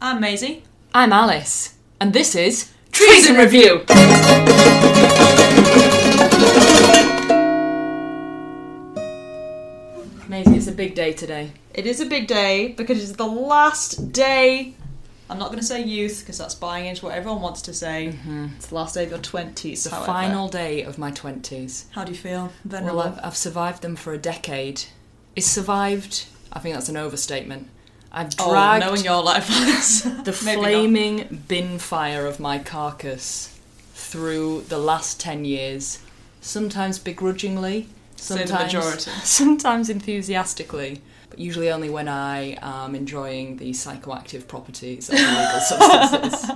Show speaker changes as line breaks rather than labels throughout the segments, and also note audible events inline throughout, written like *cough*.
I'm Maisie.
I'm Alice, and this is
Treason
Review. Maisie, it's a big day today.
It is a big day because it's the last day. I'm not going to say youth because that's buying into what everyone wants to say. It's the last day of your 20s.
It's Mm-hmm. the
however.
final day of my twenties.
How do you feel? Venerable.
Well, I've, I've survived them for a decade. Is survived? I think that's an overstatement. I've
Oh,
dragged
knowing your life. *laughs*
the
Maybe not.
flaming bin fire of my carcass through the last 10 years, sometimes begrudgingly,
Say the
sometimes,
majority.
*laughs* sometimes enthusiastically, but usually only when I am enjoying the psychoactive properties
*laughs*
of illegal substances,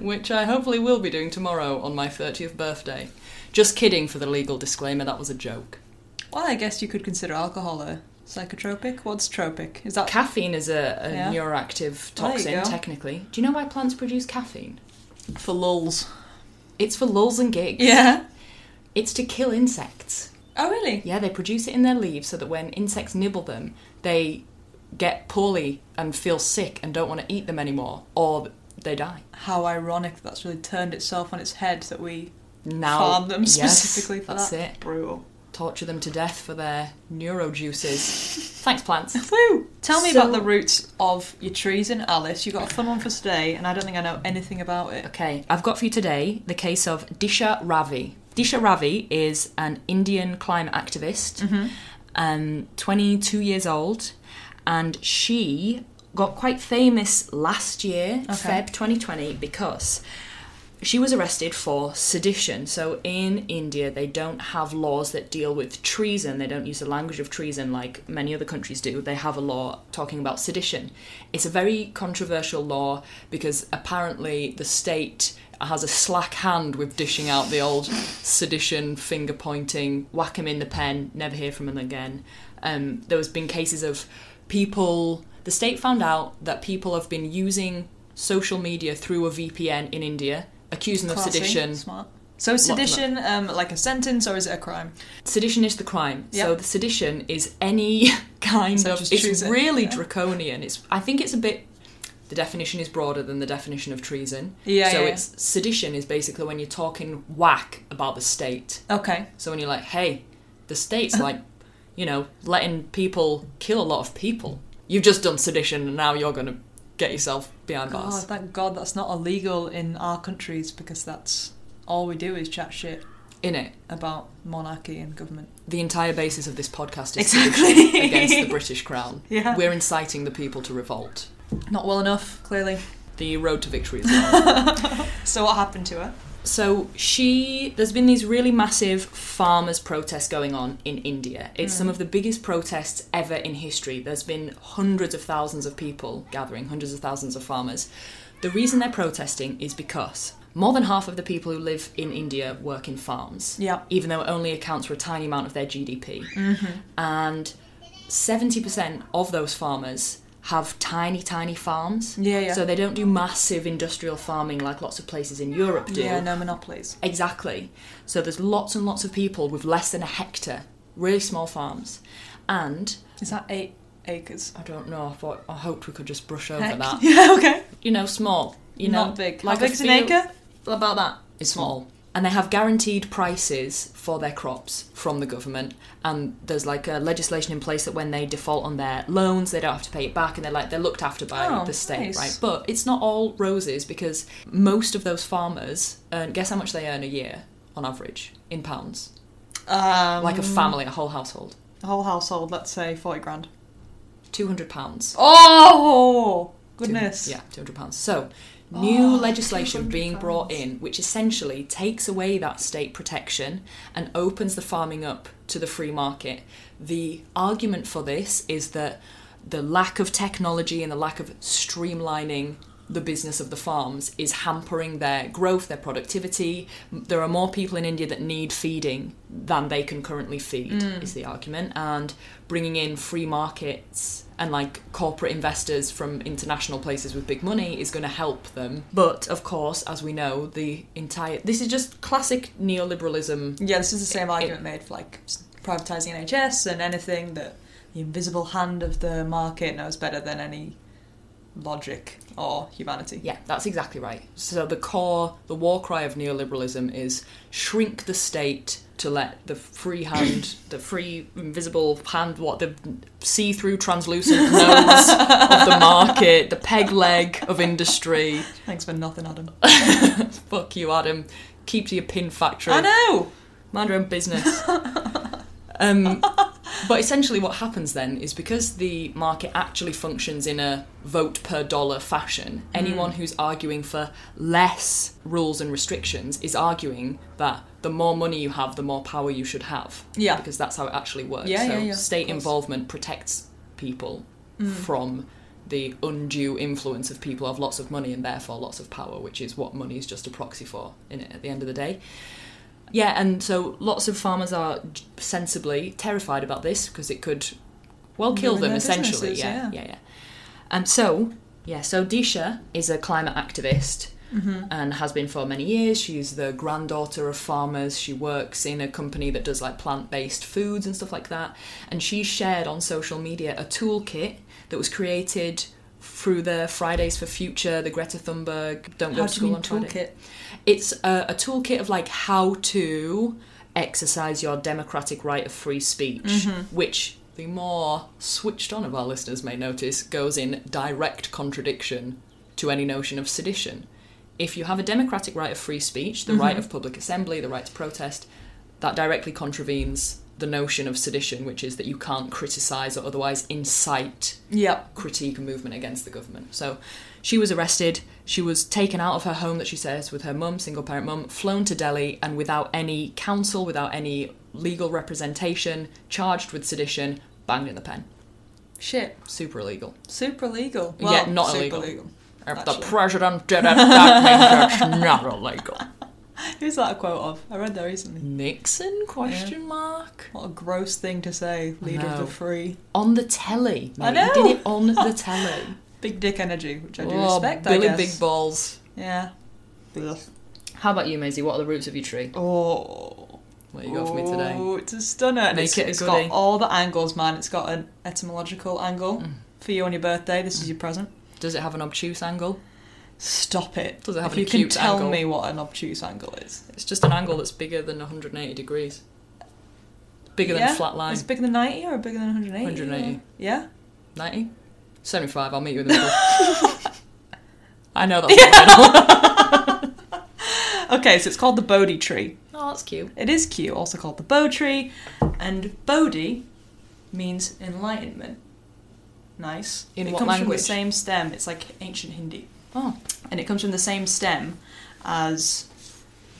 which I hopefully will be doing tomorrow on my 30th birthday. Just kidding for the legal disclaimer, that was a joke.
Well, I guess you could consider alcohol a psychotropic. What's tropic? Is that
Caffeine is a, a
Yeah.
neuroactive
There you
toxin,
go.
technically. Do you know why plants produce caffeine?
for lulls?
It's for lulls and gigs.
Yeah.
It's to kill insects.
Oh, really?
Yeah, they produce it in their leaves so that when insects nibble them, they get poorly and feel sick and don't want to eat them anymore, or they die.
How ironic that's really turned itself on its head that we
Now,
farm them *laughs*
yes,
specifically for
that's
that.
it.
Brutal.
Torture them to death for their neurojuices. Thanks, plants.
Woo! Tell me
So-
about the roots of your trees in Alice. You got a fun one for today, and I don't think I know anything about it.
Okay, I've got for you today the case of Disha Ravi. Disha Ravi is an Indian climate activist,
Mm-hmm.
um, 22 years old, and she got quite famous last year, Feb 2020, because she was arrested for sedition. So in India, they don't have laws that deal with treason. They don't use the language of treason like many other countries do. They have a law talking about sedition. It's a very controversial law because apparently the state has a slack hand with dishing out the old sedition, finger pointing, whack 'em in the pen, never hear from 'em again. Um, there has been cases of people. The state found out that people have been using social media through a VPN in India, accusing them of
Classy,
sedition.
Smart. So is
Lot of
sedition um, like a sentence or is it a crime?
Sedition is the crime. So
Yep.
the sedition is any *laughs* kind
So
of.
just
It's
choose it,
really
yeah.
draconian. It's. I think it's a bit. The definition is broader than the definition of treason.
Yeah,
So
yeah, yeah.
it's sedition is basically when you're talking whack about the state.
Okay.
So when you're like, hey, the
*laughs*
state's like, you know, letting people kill a lot of people. You've just done sedition, and now you're going to get yourself behind
God,
bars.
thank God that's not illegal in our countries because that's all we do is chat shit
In it.
about monarchy and government.
the entire basis of this podcast is
Exactly.
sedition against the British crown.
*laughs* Yeah.
We're inciting the people to revolt.
Not well enough, clearly.
The road to victory is long.
So what happened to her?
so she there's been these really massive farmers protests going on in India. It's
Hmm.
some of the biggest protests ever in history. There's been hundreds of thousands of people gathering, hundreds of thousands of farmers. The reason they're protesting is because more than half of the people who live in India work in farms.
Yeah. Mm-hmm.
Even though it only accounts for a tiny amount of their GDP. and 70% of those farmers have tiny, tiny farms.
Yeah, yeah.
So they don't do massive industrial farming like lots of places in Europe do.
Yeah, no monopolies.
Exactly. So there's lots and lots of people with less than a hectare, really small farms. And
Is that eight acres?
I don't know, I thought I hoped we could just brush over
Heck. *laughs*
that.
Yeah, okay.
You know, small. You know,
Not big.
Like
How big's
a
an
field-
acre?
about that. It's small. And they have guaranteed prices for their crops from the government. And there's like a legislation in place that when they default on their loans, they don't have to pay it back, and they're like they're looked after by
Oh,
the state,
nice.
right? But it's not all roses because most of those farmers earn. Guess how much they earn a year on average in pounds?
Um,
Like a family, a whole household,
a whole household, let's say 40 grand.
two hundred pounds.
Oh! Goodness.
Two- yeah, two hundred pounds. So, new
Oh,
legislation being
£200.
brought in, which essentially takes away that state protection and opens the farming up to the free market. The argument for this is that the lack of technology and the lack of streamlining the business of the farms is hampering their growth, their productivity. M- There are more people in India that need feeding than they can currently feed, is the argument. And bringing in free markets and like corporate investors from international places with big money is going to help them. But of course, as we know, the entire this is just classic neoliberalism.
Yeah, this is the same argument made for like s- privatising NHS and anything that the invisible hand of the market knows better than any logic or humanity.
Yeah, that's exactly right. So the core, the war cry of neoliberalism is shrink the state to let the free hand, the free invisible hand, what the see-through translucent *laughs* nose of the market, the peg leg of industry.
Thanks for nothing,
*laughs*
Adam.
Fuck you, Adam. Keep to your pin factory.
I know.
Mind your own business. um, but essentially, what happens then is because the market actually functions in a vote per dollar fashion, anyone who's arguing for less rules and restrictions is arguing that the more money you have, the more power you should have.
Yeah.
Because that's how it actually works.
Yeah,
so
yeah, yeah, of
state
course. Mm.
involvement protects people from the undue influence of people who have lots of money and therefore lots of power, which is what money is just a proxy for in it at the end of the day. Yeah, and so lots of farmers are j- sensibly terrified about this because it could, well, kill
Ruin
them
their
essentially.
businesses,
Yeah,
yeah.
yeah, yeah. And so, yeah, so Disha is a climate activist and has been for many years. She's the granddaughter of farmers. She works in a company that does like plant based foods and stuff like that. And she shared on social media a toolkit that was created through the Fridays for Future, the Greta Thunberg Don't Go
How
to
do
School
you mean
on Friday.
toolkit?
It's a, a toolkit of like how to exercise your democratic right of free speech, which the more switched on of our listeners may notice goes in direct contradiction to any notion of sedition. If you have a democratic right of free speech, the right of public assembly, the right to protest, that directly contravenes the notion of sedition, which is that you can't criticise or otherwise incite
Yep.
critique a movement against the government. So she was arrested. She was taken out of her home that she says with her mum, single parent mum, flown to Delhi, and without any counsel, without any legal representation, charged with sedition, banged in the pen.
Shit.
Super illegal.
Super legal.
Yeah,
Well,
not
super
illegal.
legal. *laughs*
If the
Actually.
president did it, that means it's not illegal.
Who's that a quote of? I read that recently.
Nixon? Question mark.
What a gross thing to say,
I
leader of the
know.
free.
On the telly.
I
mate. He
know.
did it on
*laughs*
the telly.
Big dick energy, which I do
Oh,
respect,
Billy
I guess.
Big Balls.
Yeah. Ugh.
How about you, Maisie? What are the roots of your tree?
Oh.
What you got for me today?
Oh, it's a stunner. And
Make
it's,
it a
it's
goodie.
got all the angles, man. It's got an etymological angle
Mm.
for you on your birthday. This is your present.
Does it have an obtuse angle?
Stop it.
Does it have
if
an
you can
acute
tell
angle?
me what an obtuse angle is.
It's just an angle that's bigger than 180 degrees. Bigger
Yeah?
than a flat line.
It's bigger than 90 or bigger than 180?
180.
Yeah?
90? 75, I'll meet you in the middle.
*laughs*
I know that's not the middle.
Okay, so it's called the Bodhi tree.
Oh, that's cute.
It is cute, also called the Bo tree. And Bodhi means enlightenment. Nice.
In
it
what
comes from
language?
the same stem. It's like ancient Hindi.
Oh,
and it comes from the same stem as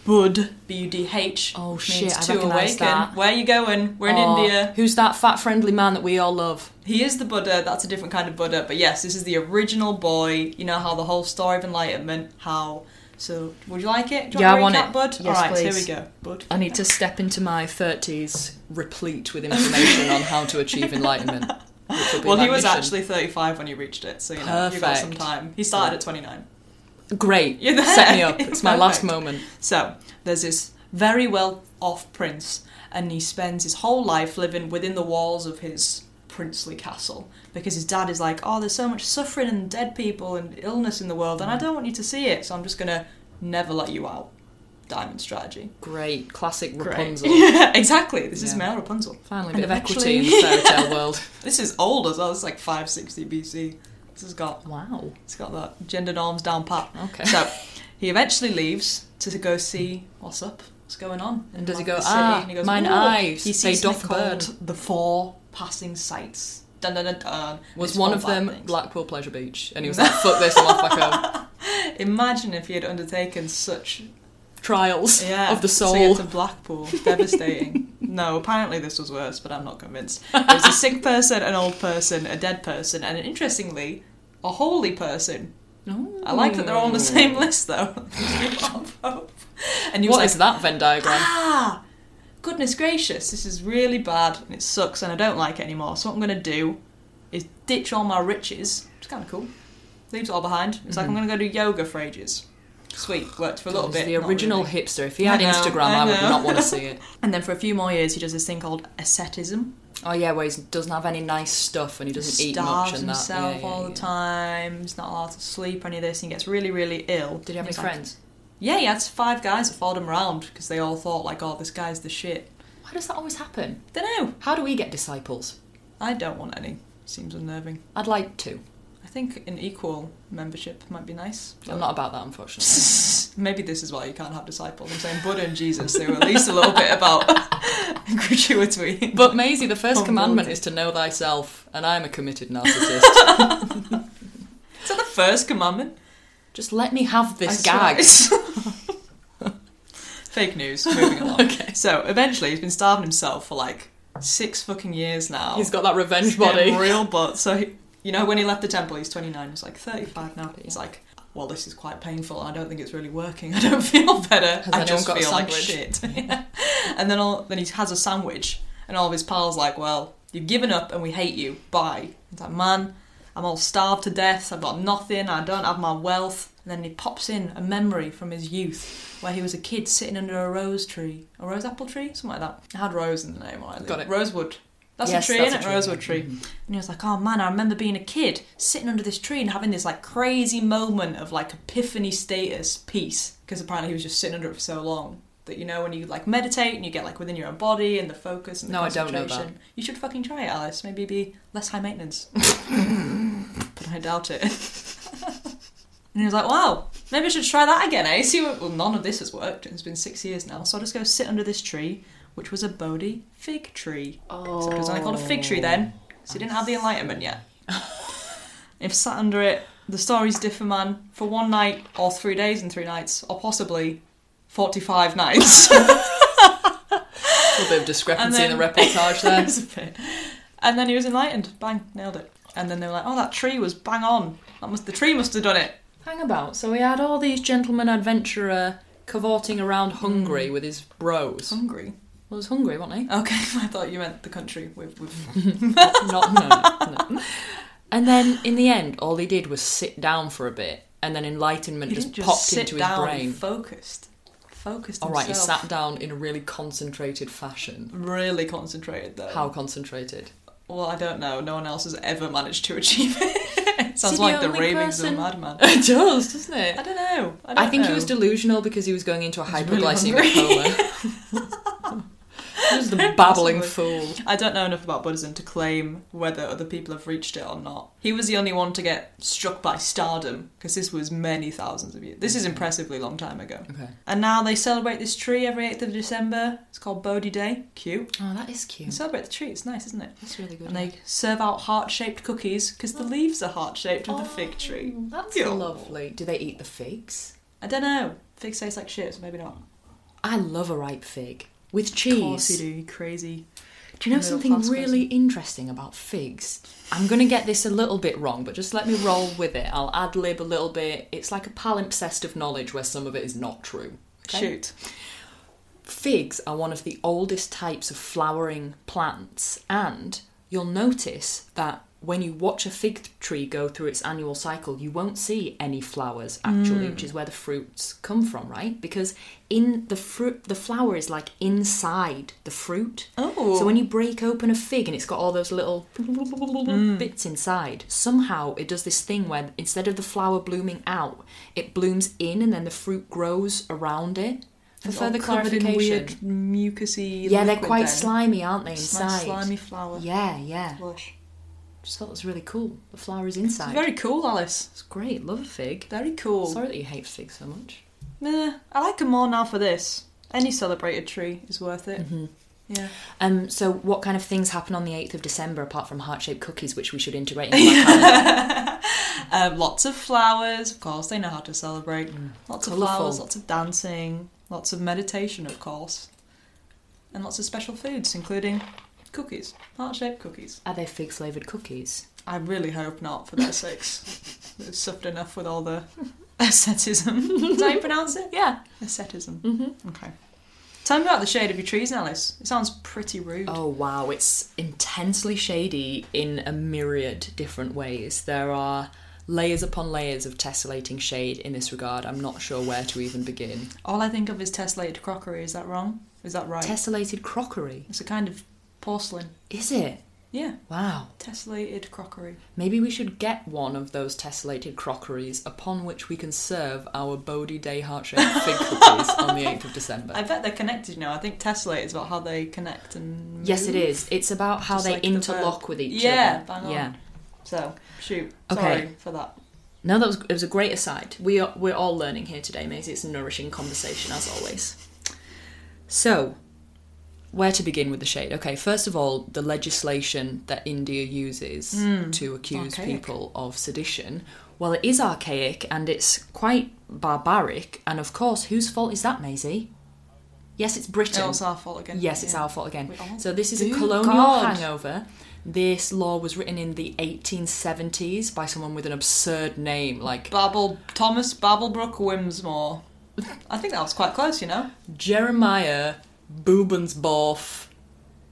bud b-u-d-h
Oh,
which
shit,
means
I
to
recognise
awaken
that.
where you going we're in
Oh,
india
Who's that fat friendly man that we all love?
he is the buddha that's a different kind of buddha but yes this is the original boy you know how the whole story of enlightenment how so would you like it Do you
Yeah,
want
I
to
want
recap,
it.
bud
Yes,
all right
please.
here we go bud
I need to step into my 30s replete with information on how to achieve enlightenment. which will be
well
my
he was
mission.
actually 35 when he reached it so you know you got some
Perfect.
time he started at 29
Great.
You're there.
Set
*laughs*
me up. It's my last
Perfect.
moment.
So there's this very well off prince, and he spends his whole life living within the walls of his princely castle because his dad is like, Oh, there's so much suffering and dead people and illness in the world,
Mm.
and I don't want you to see it, so I'm just gonna never let you out. Diamond strategy.
Great. Classic
Great.
Rapunzel.
*laughs* yeah, exactly. This is
Yeah.
male Rapunzel.
Finally, a
And
bit of equity
eventually-
in the fairy tale world.
This is old as well. This is like 560 BC. This has got
*laughs* Wow.
it's got that gender norms down pat.
Okay.
So he eventually leaves to go see what's up, what's going on.
And does he
like
go,
the
"Ah,
and
mine
"Ooh."
eyes,
He sees
they doth
something called
burn."
the four passing sights. Dun, dun, dun, dun.
Was
It's
one
all
of
bad
them
things.
Blackpool Pleasure Beach? And he was like, fuck this, I'm off back
*laughs*
home.
Imagine if he had undertaken such
Trials
yeah,
of the
To get
soul.
to Blackpool, devastating.
*laughs*
no, apparently this was worse, but I'm not convinced. There's a sick person, an old person, a dead person, and interestingly, a holy person.
No.
I like that they're all on the same list though. *laughs* and you
Hmm. What is that Venn diagram?
ah, goodness gracious, this is really bad and it sucks and I don't like it anymore. So what I'm going to do is ditch all my riches, which is kind of cool. Leaves it all behind. It's like I'm going to go do yoga for ages. Sweet, worked *sighs* for a little
He's
bit.
Mm-hmm. the
not
original
really.
hipster. If he
I
had
know,
Instagram,
I
I, would
know. *laughs*
not want to see it.
And then for a few more years, he does this thing called asceticism,
Oh yeah, where he doesn't have any nice stuff and he doesn't eat
starves
much and that. Yeah,
himself
yeah,
all
yeah.
the time. He's not allowed to sleep. Any of this, and he gets really, really ill.
Did he
And
have any
he's like-
friends?
yeah, he had five guys that followed him around because they all thought like, "Oh, this guy's the shit."
Why does that always happen?
Don't know.
How do we get disciples?
I don't want any. Seems unnerving.
I'd like to.
I think an equal membership might be nice. *laughs*
I'm not about that, unfortunately.
Maybe this is why you can't have disciples. I'm saying Buddha and Jesus, they were at least a little bit about *laughs* gratuity.
But Maisie, the first
Humble
commandment
bit.
is to know thyself, and I'm a committed
*laughs*
narcissist.
Is that the first commandment?
Just let me have this
I
gag.
swear. *laughs* Fake news. Moving along.
*laughs* Okay.
So eventually, he's been starving himself for like six fucking years now.
He's got that revenge
He's getting
*laughs* body.
real butt. So he, you know, when he left the temple, he's 29. He's like 35 now. He's like, well, this is quite painful. I don't think it's really working. *laughs* I don't feel better.
Has
I
anyone
just
got a
feel like
sandwich?"
shit. *laughs* and then all, then he has a sandwich, and all of his pals like, well, you've given up, and we hate you. Bye. He's like, man, I'm all starved to death. I've got nothing. I don't have my wealth. And then he pops in a memory from his youth, where he was a kid sitting under a rose tree, a rose apple tree, something like that. It had rose in the name. I think.
Got it.
Rosewood. That's
Yes,
a tree,
that's
isn't
a
it?
tree.
Rosewood
*laughs*
tree. And he was like, "Oh man, I remember being a kid sitting under this tree and having this like crazy moment of like epiphany status peace because apparently he was just sitting under it for so long that you know when you like meditate and you get like within your own body and the focus and the
No, I don't
concentration.
know that.
You should fucking try it, Alice. Maybe be less high
*laughs*
maintenance. but I doubt it. *laughs* and he was like, "Wow, maybe I should try that again." Eh? See, what- well, none of this has worked. It's been six years now, so I'll just go sit under this tree, which was a Bodhi fig tree.
Oh.
Except it was only called a fig tree then, so he didn't have the enlightenment
*laughs*
yet. if sat under it, the stories differ, man. For one night, or three days and three nights, or possibly forty-five nights.
A little bit of discrepancy in
And
the
*laughs*
reportage there.
There's a bit. And then he was enlightened. Bang, nailed it. And then they were like, "Oh, that tree was bang on. That must the tree must have done it."
*laughs* Hang about. So we had all these gentlemen adventurer cavorting around Hungary with his bros. Hmm. Well,
Hungry.
it was Hungary, wasn't he?
Okay, *laughs* I thought you meant the country with, with
*laughs* not, not no, no. And then in the end, all he did was sit down for a bit, and then enlightenment
he
just
didn't just
popped
sit
into his
down
brain.
and focused, focused.
all right, he
himself.
sat down in a really concentrated fashion.
really concentrated though.
How concentrated? *laughs*
Well, I don't know. No one else has ever managed to achieve it. *laughs* Sounds
the
like the
only
ravings
person-
of a madman.
it does, doesn't it?
I don't know. I, don't
I think he
know.
was delusional because he was going into a
He's really
hyperglycemic
hungry.
coma. he was
*laughs*
the babbling fool.
I don't know enough about Buddhism to claim whether other people have reached it or not. He was the only one to get struck by stardom because this was many thousands of years. This is impressively long time ago.
Okay.
And now they celebrate this tree every 8th of December. It's called Bodhi Day. Cute.
Oh, that is
They
cute.
celebrate the tree. It's nice, isn't it?
That's really good.
And they serve out heart-shaped cookies because the leaves are heart-shaped of the fig tree.
Oh, That's
Cute.
lovely. Do they eat the figs?
I don't know. Figs taste like shit, so maybe not.
I love a ripe fig with
Of course you
cheese.
do, you crazy.
Do you know
Middle
something
class
really interesting about figs? I'm going to get this a little bit wrong, but just let me roll with it. I'll ad lib a little bit. It's like a palimpsest of knowledge where some of it is not true. okay?
Shoot.
Figs are one of the oldest types of flowering plants, and you'll notice that when you watch a fig tree go through its annual cycle, you won't see any flowers actually, which is where the fruits come from, right? Because in the fruit, the flower is like inside the fruit.
Oh.
So when you break open a fig and it's got all those little
Mm.
bits inside, somehow it does this thing where instead of the flower blooming out, it blooms in and then the fruit grows around it. For
It's all
further
covered in
oh, clarification,
weird mucousy.
yeah, they're
liquid
quite
then.
slimy, aren't they?
It's
Inside,
nice slimy flower.
yeah, yeah.
Lush.
Just thought it was really cool. The flower is
It's
inside.
very cool, Alice.
It's great. Love a fig.
Very cool.
Sorry that you hate figs so much.
Nah, I like them more now for this. Any celebrated tree is worth it.
Mm-hmm.
Yeah.
Um, so what kind of things happen on the eighth of December apart from heart-shaped cookies, which we should
*laughs*
integrate into *laughs* our calendar?
Um, lots of flowers, of course. They know how to celebrate. Lots of
Mm, Colourful.
flowers, lots of dancing, lots of meditation, of course, and lots of special foods, including cookies, heart-shaped cookies.
Are they fig flavored cookies?
I really hope not, for their sakes.
*laughs*
They're stuffed enough with all the *laughs* asceticism. Is that how you pronounce it?
Yeah.
Asceticism. Mm-hmm. Okay. Tell me about the shade of your trees, Alice. It sounds pretty rude.
Oh wow, it's intensely shady in a myriad different ways. There are layers upon layers of tessellating shade in this regard. I'm not sure where to even begin.
All I think of is tessellated crockery. Is that wrong? Is that right?
Tessellated crockery.
it's a kind of Porcelain.
Is it?
Yeah,
Wow.
tessellated crockery.
Maybe we should get one of those tessellated crockeries upon which we can serve our Bodhi
*laughs*
Day heart-shaped fig cookies on the 8th of December.
I bet they're connected, you know. I think tessellate is about how they connect and.
yes, it
move.
is. It's about how
Just
they
like the
interlock with each
Yeah,
other.
bang on.
Yeah.
So, shoot.
Okay.
Sorry for that.
No, that was it was a great aside. We are we're all learning here today, Maisie. It's a nourishing conversation as always. So, where to begin with the shade? Okay, first of all, the legislation that India uses to accuse
Archaic.
people of sedition. Well, it is archaic and it's quite barbaric. And of course, whose fault is that, Maisie? Yes, it's Britain.
No, it's our fault again.
Yes, it's
Yeah.
our fault again.
We all
So this is a
do,
colonial
God.
hangover. This law was written in the 1870s by someone with an absurd name like
Babel Thomas Babelbrook Wimsmore. I think that was quite close, you know.
Jeremiah Bubensboff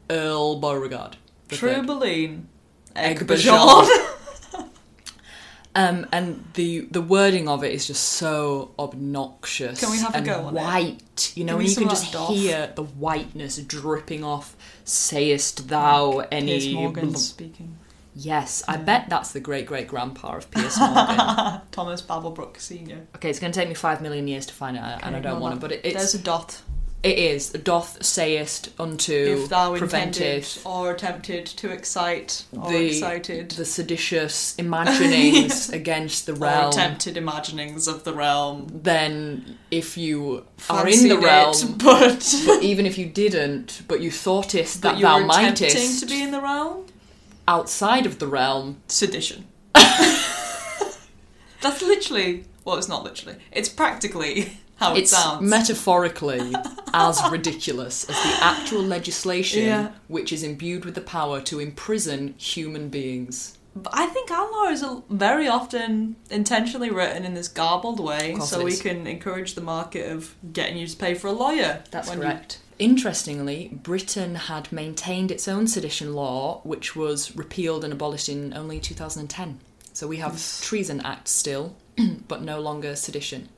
Earl Beauregard. the
True
third.
Boleyn.
Eggbajorn.
Eggbajorn. *laughs*
Um, and the the wording of it is just so obnoxious.
Can we have a
and
go on it?
white? You know,
Give
and
me
you
some
can
of that
just
doff.
hear the whiteness dripping off. Sayest thou any?
Piers Morgan speaking.
Yes, I bet that's the great great grandpa of Pierce Morgan.
*laughs* Thomas Babelbrook Senior.
Okay, it's going to take me five million years to find it, out, and I
Okay,
don't
well,
want to. But it,
There's a
it's
dot.
it is doth sayest unto
if thou intended
preventeth
or attempted to excite or
the
excited *laughs*
the seditious imaginings against the
or
realm.
attempted imaginings of the realm
Then, if you
Fancied
are in
it,
the realm,
*laughs* but
but even if you didn't, but you thoughtest that
but you
thou
were
mightest
attempting to be in the realm.
outside of the realm,
Sedition. *laughs* That's literally well, it's not literally. It's practically *laughs* how it
it's
sounds. *laughs*
metaphorically as ridiculous as the actual legislation
Yeah.
which is imbued with the power to imprison human beings.
But I think our law is a- very often intentionally written in this garbled way,
Of course
so
it
we
is.
can encourage the market of getting you to pay for a lawyer.
That's
when you-
correct. Interestingly, Britain had maintained its own sedition law, which was repealed and abolished in only 2010. So we have Treason Act still, *clears throat* but no longer sedition.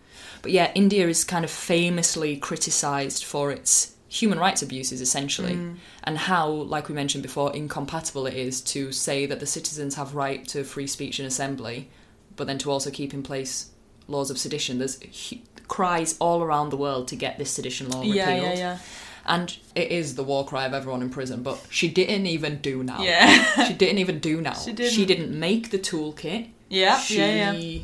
But yeah, India is kind of famously criticised for its human rights abuses, essentially,
Mm.
and how, like we mentioned before, incompatible it is to say that the citizens have right to free speech and assembly, but then to also keep in place laws of sedition. There's hu cries all around the world to get this sedition law repealed.
yeah, yeah, yeah,
And it is the war cry of everyone in prison, but she didn't even do now.
yeah, *laughs*
She didn't even do now.
She didn't.
didn't make the toolkit.
yeah,
she
yeah, yeah.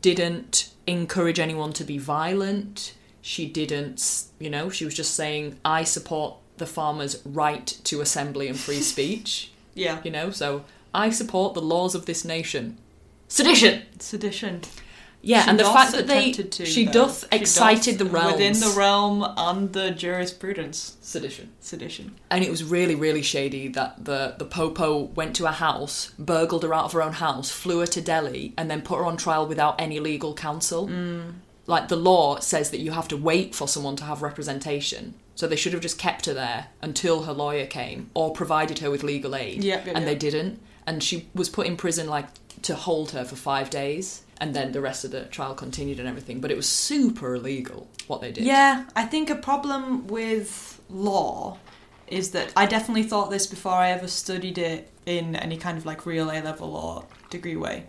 didn't encourage anyone to be violent. She didn't, you know, she was just saying, I support the farmer's right to assembly and free speech, *laughs*
Yeah,
you know, so I support the laws of this nation. Sedition!
sedition.
Yeah,
She
and the
doth
fact that they.
attempted to,
she
though.
doth
She
excited the
doth
realms.
within the realm and the jurisprudence.
Sedition.
Sedition.
and it was really really shady that the the popo went to her house burgled her out of her own house flew her to delhi and then put her on trial without any legal counsel like the law says that you have to wait for someone to have representation so they should have just kept her there until her lawyer came or provided her with legal aid
Yep, yep,
and they
yep.
didn't and she was put in prison like to hold her for five days and then the rest of the trial continued and everything but it was super illegal what they did
Yeah, I think a problem with law is that I definitely thought this before I ever studied it in any kind of like real A level or degree way.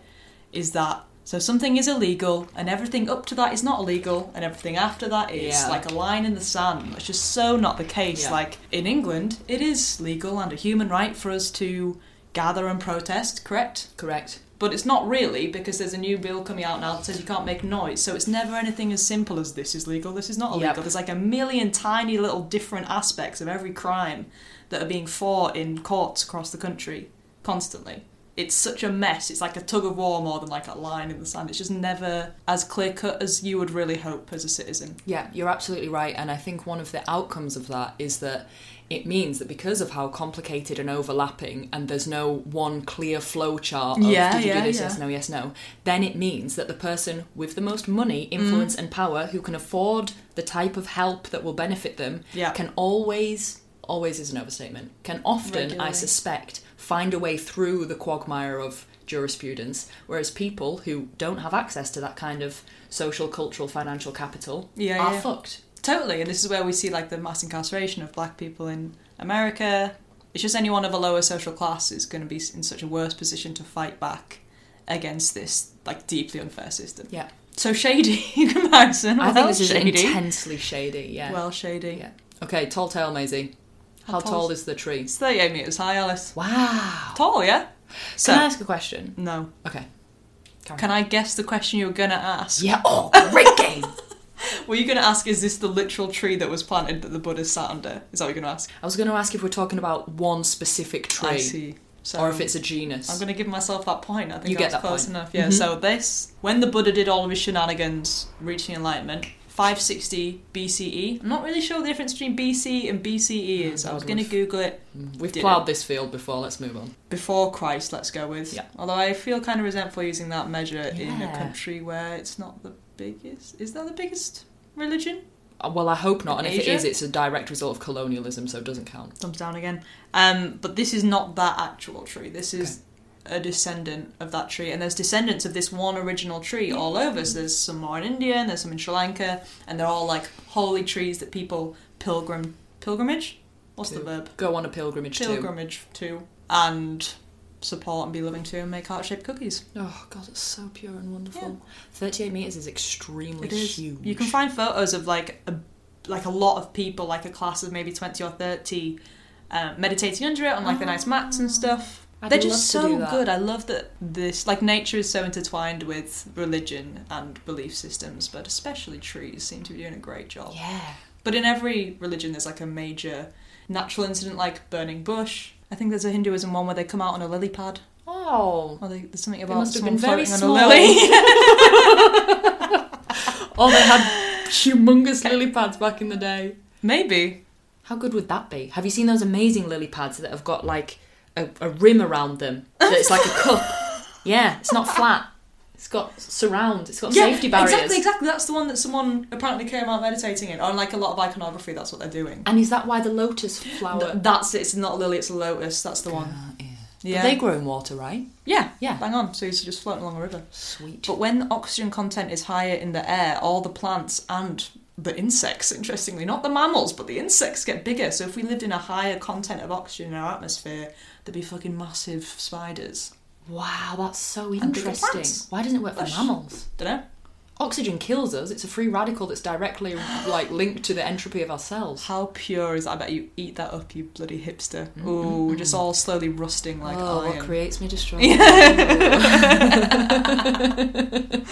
Is that so something is illegal and everything up to that is not illegal and everything after that is
Yeah.
like a line in the sand. It's just so not the case.
Yeah.
Like in England, it is legal and a human right for us to gather and protest, correct?
correct
But it's not really because there's a new bill coming out now that says you can't make noise. So it's never anything as simple as this is legal, this is not illegal.
Yep.
There's like a million tiny little different aspects of every crime that are being fought in courts across the country constantly. It's such a mess. It's like a tug of war more than like a line in the sand. It's just never as clear cut as you would really hope as a citizen.
Yeah, you're absolutely right. And I think one of the outcomes of that is that it means that because of how complicated and overlapping, and there's no one clear flow chart of
Yeah,
did you
yeah,
do this,
yeah.
yes, no, yes, no, then it means that the person with the most money,
Mm.
influence, and power who can afford the type of help that will benefit them
Yeah.
can always, always is an overstatement, can often, I
Regularly.
suspect, find a way through the quagmire of jurisprudence, whereas people who don't have access to that kind of social, cultural, financial capital
Yeah,
are
yeah.
fucked.
Totally, and this is where we see like the mass incarceration of black people in America, It's just anyone of a lower social class is going to be s- in such a worse position to fight back against this like deeply unfair system.
Yeah.
So shady *laughs* in comparison.
I think
Well,
this is
shady.
intensely shady. Yeah.
Well, shady.
yeah. Okay, tall tale, Maisie. How,
tall
tall
is-
is the tree?
It's 38 metres high, Alice.
Wow.
Tall, yeah? So,
Can I ask a question?
no.
Okay.
Can I guess the question you were going to ask?
Yeah. Oh, great *laughs* game.
Were you going to ask, is this the literal tree that was planted that the Buddha sat under? Is that what you're going to ask?
I was going to ask if we're talking about one specific tree,
I see. So
or if it's a genus.
I'm going to give myself that point. I think
You
I
get
was
that
close
point.
enough. Yeah.
Mhm.
So this, when the Buddha did all of his shenanigans, reaching enlightenment, 560 BCE. E, I'm not really sure the difference between BC and BCE is. I was going to Google it
Mm, We've
Did
ploughed this field before. Let's move on.
before Christ. Let's go with.
Yeah.
Although I feel kind of resentful using that measure in a
Yeah.
country where it's not the biggest. Is that the biggest religion?
Uh, Well, I hope not. And if
Asia?
it is, it's a direct result of colonialism, so it doesn't count.
Thumbs down again. Um, but this is not that actual tree. This is a descendant of that tree, and there's descendants of this one original tree all over. So there's some more in India, and there's some in Sri Lanka, and they're all like holy trees that people pilgrim pilgrimage. What's the
To.
verb?
Go on a pilgrimage too.
Pilgrimage to and support and be loving to, and make heart shaped cookies.
Oh God, it's so pure and wonderful. Thirty-eight meters is extremely
It is.
huge.
You can find photos of like a like a lot of people, like a class of maybe twenty or thirty, um, meditating under it on like the nice mats and stuff.
Ah, I'd
They're
love
just
to do
so
that.
good. I love that this like nature is so intertwined with religion and belief systems, but especially trees seem to be doing a great job.
Yeah.
But in every religion, there's like a major natural incident, like burning bush. I think there's a Hinduism one where they come out on a lily pad,
Oh.
or they, there's something
It
about
must have
someone
been very
floating
small.
on a
*laughs*
lily. *laughs*
Oh, they had humongous lily pads back in the day.
Maybe
How good would that be? Have you seen those amazing lily pads that have got like a, a rim around them? That it's like a cup.
*laughs*
Yeah, it's not flat. It's got surround. It's got safety barriers.
Exactly, exactly. That's the one that someone apparently came out meditating in. On like a lot of iconography, that's what they're doing.
And is that why the lotus flower?
Th- that's it. It's not a lily, it's a lotus. That's the one.
Ah, yeah.
Yeah.
But they grow in water, right?
yeah.
Yeah.
Bang on. So he's just floating along a river.
Sweet.
But when the oxygen content is higher in the air, all the plants and the insects, interestingly, not the mammals, but the insects get bigger. So if we lived in a higher content of oxygen in our atmosphere, there'd be fucking massive spiders.
wow, that's so
bigger
interesting.
plants.
Why doesn't it work for
Bush.
mammals?
Dunno.
Oxygen kills us. It's a free radical that's directly like linked to the entropy of our cells.
How pure is that? I bet you eat that up, you bloody hipster. Ooh, just all slowly rusting like
Mm. oh, what
iron.
creates me *laughs* destroys.
*laughs*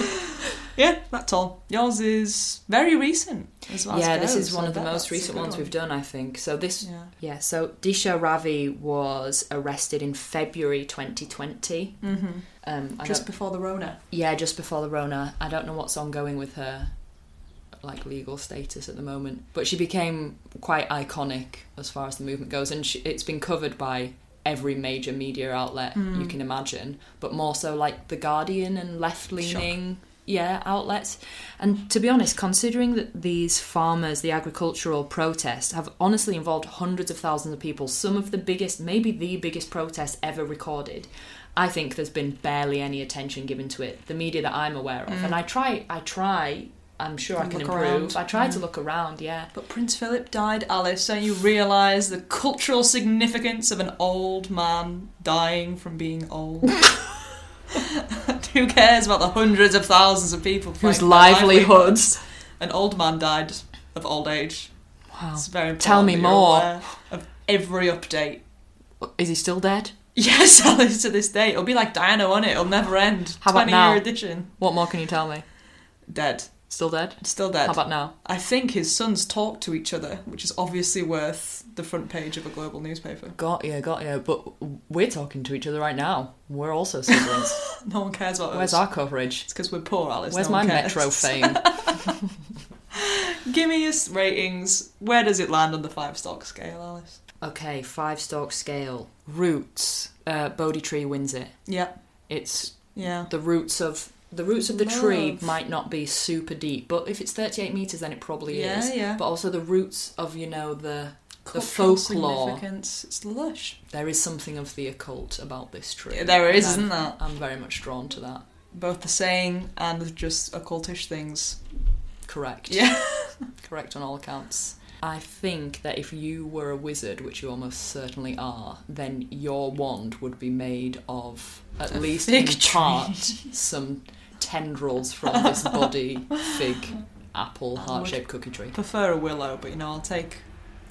Yeah, that's all. Yours is very recent as well.
yeah, this is one of the most recent ones we've done, I think. So this
Yeah.
Yeah, so Disha Ravi was arrested in February 2020.
Mm-hmm.
Um, I
Just
don't-
before the Rona.
yeah, just before the Rona. I don't know what's ongoing with her like legal status at the moment, but she became quite iconic as far as the movement goes, and she, it's been covered by every major media outlet you can imagine, but more so like the Guardian and left leaning. Yeah, outlets. And to be honest, considering that these farmers, the agricultural protest, have honestly involved hundreds of thousands of people, some of the biggest, maybe the biggest protest ever recorded, I think there's been barely any attention given to it. The media that I'm aware of, and I try, I try. I'm sure I
And
can
look
improve.
around.
I try to look around. Yeah,
But Prince Philip died, Alice, so you realise the cultural significance of an old man dying from being
*laughs*
old. *laughs* Who cares about the hundreds of thousands of people
whose
fighting for
livelihoods.
livelihoods? An old man died of old age.
Wow.
It's very important.
Oh, Tell me
that you're
more.
aware of every update.
Is he still dead?
*laughs* Yes, Alice, to this day. It'll be like Diana, won't it? It'll never end.
How about
20
now?
year edition.
What more can you tell me?
Dead.
Still dead?
Still dead.
How about now?
I think his sons talk to each other, which is obviously worth the front page of a global newspaper. *laughs*
Got you, got you. But we're talking to each other right now. We're also *laughs* siblings.
No one cares about
Where's
us.
our coverage?
It's because we're poor, Alice.
Where's
no
my
one cares. *laughs*
Metro fame?
Give me your s- ratings. Where does it land on the five stock scale, Alice?
okay, five stalk scale. Roots. Uh, Bodhi tree wins it.
Yeah,
It's
yeah.
the roots of the roots of the tree
Love.
might not be super deep, but if it's thirty-eight meters, then it probably
Yeah,
is.
yeah.
But also the roots of you know the
Cultural
folklore.
significance. It's lush.
there is something of the occult about this tree.
Yeah, there is,
And I'm-
isn't there?
I'm very much drawn to that.
Both the saying and just occultish things.
Correct. *laughs*
Yeah.
Correct on all accounts. I think that if you were a wizard, which you almost certainly are, then your wand would be made of at
A
least
fig
in
tree. *laughs*
part some tendrils from this body fig apple
I would-
heart shaped cookie tree.
Prefer a willow, but you know, I'll take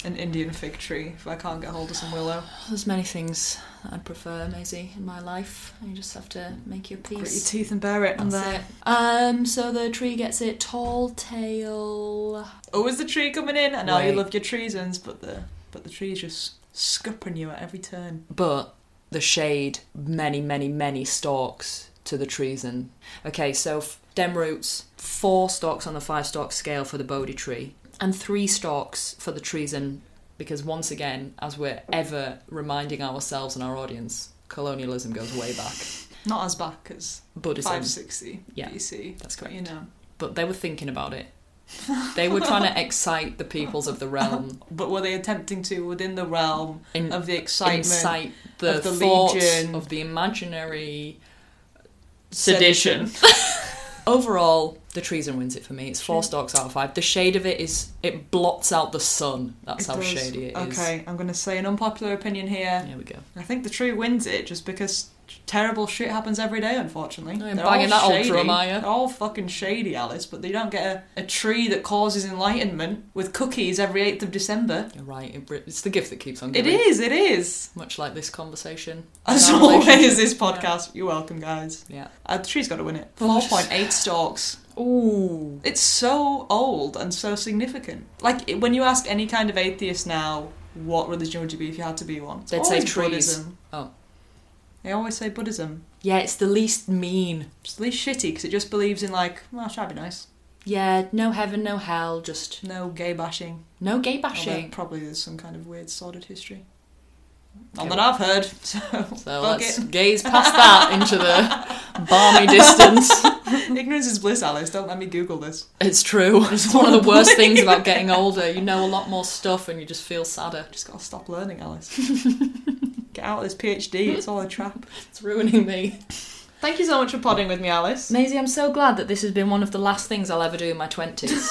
an Indian fig tree if I can't get hold of some willow.
There's many things that I'd prefer, Maisie, in my life. You just have to make your
Grit your
peace.
teeth and bear it. And
That's
there.
it. Um, so the tree gets it. Tall tail.
Always the tree coming in. I know you
Right.
love your treasons, but the but the tree's just scuppering you at every turn.
but the shade many many many stalks to the treason okay so f- dem roots four stalks on the five stalk scale for the bodhi tree and three stalks for the treason because once again as we're ever reminding ourselves and our audience colonialism goes way back
Not as back as
buddhism
560
Yeah,
BC.
that's
But
correct
you know,
but they were thinking about it they were trying to excite the peoples of the realm
but were they attempting to within the realm *laughs*
in
of the excitement?
incite the,
of the
thoughts
legion.
of the imaginary
Sedition.
Overall, the treason wins it for me. It's four
True.
stalks out of five. The shade of it is it blots out the sun. That's
It
how
does.
shady it is.
Okay, I'm going to say an unpopular opinion here.
There we go.
I think the tree wins it just because terrible shit happens every day, unfortunately.
I'm
They're
banging
all
that old
shady.
drum, are ya?
They're all fucking shady, Alice, but they don't get a, a tree that causes enlightenment with cookies every 8th of December.
You're right. It, bri- it's the gift that keeps on
It
giving.
is, it is.
Much like this conversation.
As
Our
always,
relationship.
this podcast. You're welcome, guys.
Yeah.
Uh, the tree's got to win it.
Well,
4.8 stalks.
Ooh.
It's so old and so significant. Like, it- when you ask any kind of atheist now, what religion would you be if you had to be one? It's
They'd say
always
trees.
Buddhism.
Oh.
They always say Buddhism.
Yeah, it's the least mean.
It's at least shitty because it just believes in, like, well, should I be nice?
Yeah, no heaven, no hell, just
No gay bashing.
no gay
Although
bashing.
probably there's some kind of weird sordid history.
Okay,
Not that
well-
I've heard. *laughs* So,
So
fuck
let's gaze past that
*laughs*
into the balmy distance.
it. Ignorance is bliss, Alice. Don't let me Google this.
It's true. It's one of the worst things about getting older. You know a lot more stuff and you just feel sadder.
Just gotta stop learning, *laughs* Alice. Get out of this PhD. It's all a trap.
It's ruining me.
Thank you so much for podding with me, Alice.
Maisie, I'm so glad that this has been one of the last things I'll ever do in my 20s.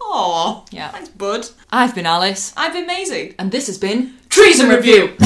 Aw,
*laughs* Yeah.
thanks, bud.
I've been Alice,
I've been Maisie.
and this has been
Treason review.